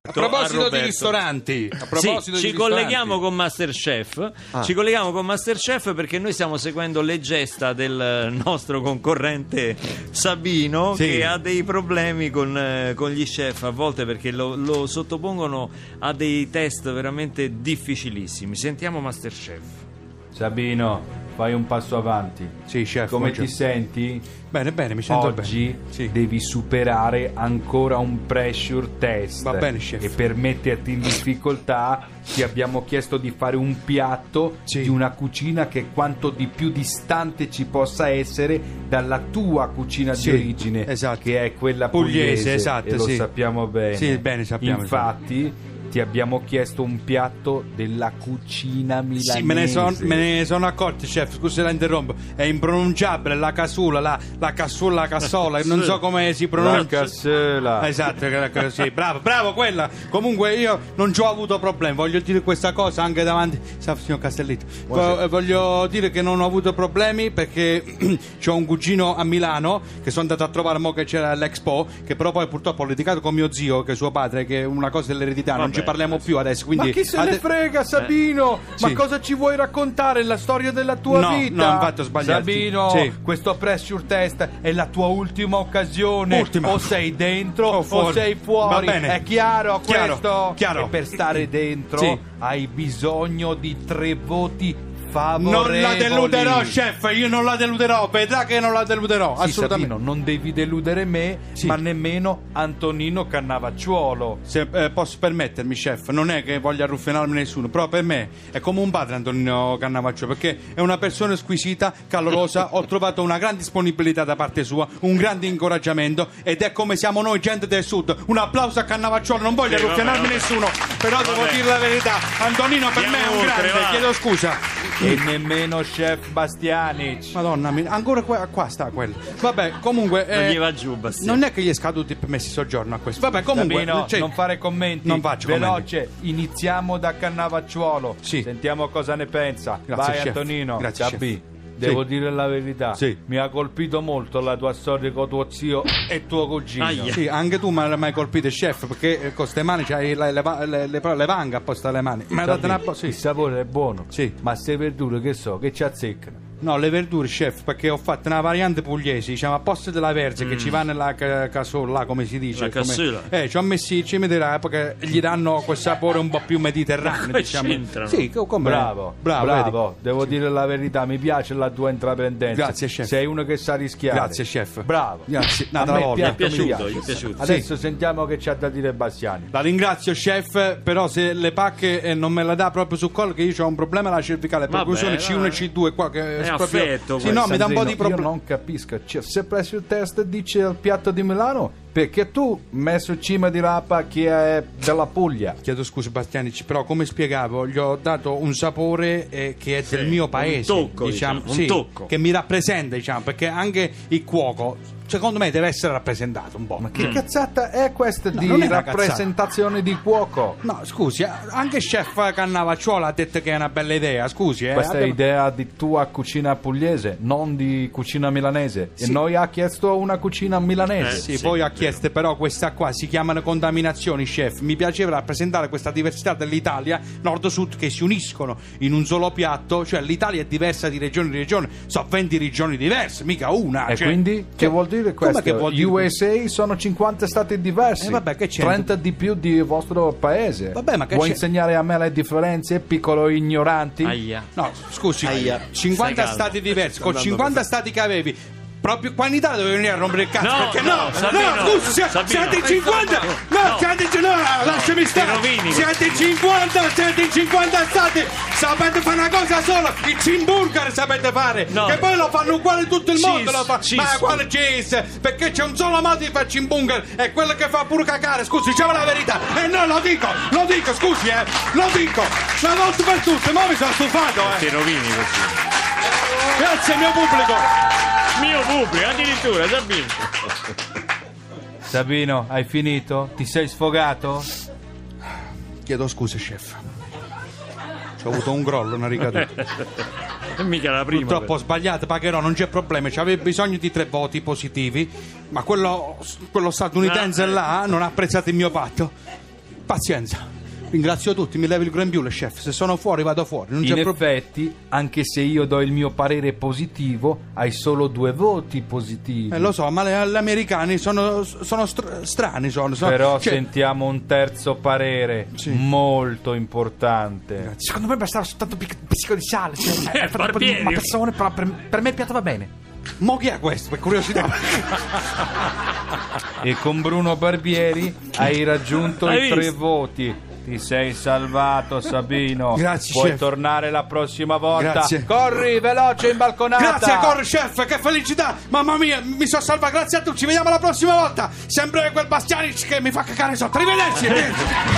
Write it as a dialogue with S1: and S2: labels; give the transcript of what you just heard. S1: A proposito
S2: Roberto.
S1: di ristoranti, a
S2: Sì,
S1: proposito di
S2: ci
S1: ristoranti,
S2: colleghiamo con Masterchef. Ci colleghiamo con Masterchef perché noi stiamo seguendo le gesta del nostro concorrente Sabino
S3: Sì.
S2: che ha dei problemi con, eh, con gli chef a volte perché lo, lo sottopongono a dei test veramente difficilissimi. Sentiamo Masterchef.
S4: Sabino, fai un passo avanti.
S1: Sì, chef,
S4: Come
S1: faccio.
S4: ti senti?
S1: Bene, bene, mi sento
S4: Oggi
S1: bene. Sì.
S4: devi superare ancora un pressure test.
S1: Va bene, chef.
S4: E per metterti in difficoltà ti abbiamo chiesto di fare un piatto
S1: Sì.
S4: di una cucina che quanto di più distante ci possa essere dalla tua cucina
S1: Sì,
S4: di origine,
S1: esatto.
S4: che è quella
S1: Pugliese,
S4: pugliese.
S1: esatto,
S4: e lo
S1: sì.
S4: sappiamo bene.
S1: Sì, bene, sappiamo,
S4: Infatti ti abbiamo chiesto un piatto della cucina milanese.
S1: Sì, me ne, son- me ne sono accorti, chef. Scusa, la interrompo. È impronunciabile la casula, la, la cassulla, la cassola. non so come si
S4: La
S1: pronuncia.
S4: cassola.
S1: Esatto, che- che- sì, bravo, bravo quella. Comunque io non ci ho avuto problemi. Voglio dire questa cosa anche davanti, sa, signor Castellitto. Vo- eh, voglio dire che non ho avuto problemi perché ho un cugino a Milano che sono andato a trovare mo che c'era l'Expo, che però poi purtroppo ho litigato con mio zio, che è suo padre, che è una cosa dell'eredità, non ci parliamo più adesso. Quindi
S4: ma chi se ne
S1: ade- eh,
S4: frega, Sabino? Ma
S1: Sì.
S4: cosa ci vuoi raccontare? La storia della tua
S1: No,
S4: vita?
S1: no, infatti ho sbagliato.
S4: Sabino,
S1: Sì.
S4: questo pressure test è la tua ultima occasione.
S1: Ultima.
S4: O sei dentro
S1: O
S4: o,
S1: fuori.
S4: sei fuori.
S1: Va bene.
S4: È chiaro,
S1: Chiaro,
S4: questo?
S1: chiaro.
S4: E per stare dentro
S1: Sì.
S4: hai bisogno di tre voti
S1: Non
S4: favorevoli.
S1: la deluderò, chef, io non la deluderò, vedrà che non la deluderò,
S4: Sì,
S1: assolutamente.
S4: Sabino, non devi deludere me,
S1: Sì.
S4: ma nemmeno Antonino Cannavacciuolo.
S1: Se eh, posso permettermi, chef, non è che voglio arruffinarmi nessuno, però per me è come un padre Antonino Cannavaccio, perché è una persona squisita, calorosa, ho trovato una gran disponibilità da parte sua, un grande incoraggiamento ed è come siamo noi, gente del sud. Un applauso a Cannavacciolo, non voglio
S3: Sì, vabbè,
S1: arruffinarmi
S3: vabbè.
S1: nessuno, però devo
S3: Vabbè.
S1: dire la verità, Antonino per
S3: Andiamo
S1: me è un
S3: oltre,
S1: grande,
S3: va.
S1: chiedo scusa.
S4: e nemmeno Chef Bastianic.
S1: Madonna, mia, ancora qua, qua sta quello. Vabbè, comunque...
S2: Non
S1: eh,
S2: gli va giù, Bastiano.
S1: Non è che gli è scaduto il permesso di soggiorno a questo. Vabbè, comunque.
S4: Sabino,
S1: cioè-
S4: non fare commenti.
S1: Non faccio commenti.
S4: Veloce, iniziamo da Cannavacciuolo.
S1: Sì.
S4: Sentiamo cosa ne pensa.
S1: Grazie,
S4: Vai
S1: chef.
S4: Antonino.
S1: Grazie,
S4: Sabbi,
S1: chef.
S4: Devo
S1: Sì.
S4: dire la verità.
S1: Sì.
S4: Mi ha colpito molto la tua storia con tuo zio e tuo cugino.
S2: Aia.
S1: Sì, anche tu mi hai mai colpito, chef, perché eh, con queste mani c'hai le, le, va- le, le- le vanghe apposta alle mani. Ma date una po',
S4: Il
S1: sì.
S4: sapore è buono.
S1: Sì.
S4: Ma se verdure che so, che ci azzeccano.
S1: No, le verdure, chef, perché ho fatto una variante pugliese, diciamo, a posto della verze che ci va nella ca- casola, là, come si dice.
S2: Mm. La
S1: come-
S2: cassola.
S1: Eh, ci ho messo il cime della perché gli danno quel sapore un po' più mediterraneo,
S2: Come
S1: diciamo.
S2: c'entrano?
S1: Sì, co- come-
S4: Bravo,
S1: bravo,
S4: bravo.
S1: vedi?
S4: Devo dire la verità, mi piace la tua intraprendenza.
S1: Grazie, chef.
S4: Sei uno che sa rischiare.
S1: Grazie, chef.
S4: Bravo.
S1: Grazie.
S4: A
S1: Un'altra
S4: me
S1: volta.
S2: Mi
S4: piatto
S2: è
S4: mi
S2: piaciuto,
S4: piace.
S2: gli è piaciuto.
S4: Adesso sentiamo che c'ha da dire Bastiani.
S1: La ringrazio, chef, però se le pacche eh, non me la dà proprio sul collo, che io ho un problema alla cervicale,
S2: Vabbè,
S1: percussione C1 e
S2: vabbè.
S1: C2 qua che
S2: È
S1: proprio-
S2: affetto
S1: Sì, no,
S2: questo,
S1: mi dà un po' di
S4: Sandrino,
S1: problema.
S4: Io non capisco. Cioè, se presso il test dice al piatto di Milano, perché tu messo cima di rapa che è della Puglia?
S1: Chiedo scusa Bastianici, però come spiegavo gli ho dato un sapore eh, che è del mio paese,
S2: un tocco, diciamo, un
S1: sì,
S2: tocco.
S1: che mi rappresenta, diciamo, perché anche il cuoco, secondo me, deve essere rappresentato un po'.
S4: Ma che cazzata è questa
S1: Mm. No, non è
S4: di
S1: una cazzata.
S4: rappresentazione di cuoco?
S1: No, scusi, eh, anche chef Cannavacciuolo ha detto che è una bella idea, scusi, eh.
S4: Questa è
S1: abbiamo-
S4: idea di tua cucina pugliese, non di cucina milanese. E noi ha chiesto una cucina milanese.
S1: Eh, Sì,
S2: Sì,
S1: poi ha chiesto però questa qua si chiamano contaminazioni, chef. Mi piaceva rappresentare questa diversità dell'Italia, nord-sud, che si uniscono in un solo piatto. Cioè l'Italia è diversa di regione in regione, so 20 regioni diverse, mica una.
S4: E
S1: cioè-
S4: quindi che
S1: cioè,
S4: vuol dire
S1: come
S4: questo?
S1: Che vuol dire?
S4: USA sono 50 stati diversi.
S1: Eh, vabbè, che c'entra?
S4: 30 di più di vostro paese.
S1: Vabbè, ma che
S4: Vuoi
S1: c'è-
S4: insegnare a me le differenze, piccolo ignoranti?
S2: Aia.
S1: No, scusi, 50
S2: Stai calmo.
S1: stati diversi, con
S2: Sto andando
S1: 50 stati che avevi. Proprio qua in Italia dovevi venire a rompere il cazzo.
S2: No,
S1: perché
S2: no,
S1: no, no,
S2: Sabino,
S1: scusi, si-
S2: Sabino. esatto.
S1: siete in 50! No,
S2: No.
S1: siete in no, lasciami stare!
S2: rovini.
S1: Siete in 50, siete in 50 stati! Sapete fare una cosa sola, il Cimburger sapete fare!
S2: No.
S1: Che poi lo fanno uguale in tutto il
S2: Cheese,
S1: mondo, lo fa. Ma
S2: cheese.
S1: quale cheese? Perché c'è un solo modo di fare Cimburger, è quello che fa pure cacare, scusi, diciamo la verità! E no, lo dico, lo dico, scusi, eh! Lo dico! Una volta per tutte, ma mi sono stufato, eh!
S2: Ti rovini così.
S1: Grazie mio pubblico.
S2: Mio pubblico, addirittura, Sabino.
S4: Sabino, hai finito? Ti sei sfogato?
S1: Chiedo scusa, chef. Ho avuto un grollo, una ricaduta.
S2: E mica la Eh, prima.
S1: Purtroppo ho sbagliato, pagherò, non c'è problema. C'aveva bisogno di tre voti positivi, ma quello, quello statunitense
S2: Ah, eh.
S1: là non ha apprezzato il mio patto. Pazienza. Ringrazio tutti, mi levo il grembiule, chef. Se sono fuori, vado fuori. Non c'è
S4: In
S1: problema.
S4: effetti, anche se io do il mio parere positivo, hai solo due voti positivi.
S1: Eh, lo so, ma le- gli americani sono, sono str- strani. Sono, sono-
S4: Però
S1: cioè,
S4: sentiamo un terzo parere
S1: Sì.
S4: molto importante.
S3: Secondo me bastava soltanto un pizzico- pizzico di sale. Cioè, è fatto un po' di
S2: barbieri.
S3: una persona, però per, per me il piatto va bene.
S1: Mo chi è questo? Per curiosità.
S4: E con Bruno Barbieri hai raggiunto
S2: Hai
S4: i tre
S2: visto?
S4: voti. Ti sei salvato, Sabino.
S1: Grazie,
S4: Puoi
S1: chef.
S4: tornare la prossima volta.
S1: Grazie.
S4: Corri, veloce, in balconata.
S1: Grazie, corri, chef, che felicità! Mamma mia, mi sono salva, grazie a tutti. Ci vediamo la prossima volta. Sempre quel Bastianic che mi fa cacare sotto. Arrivederci.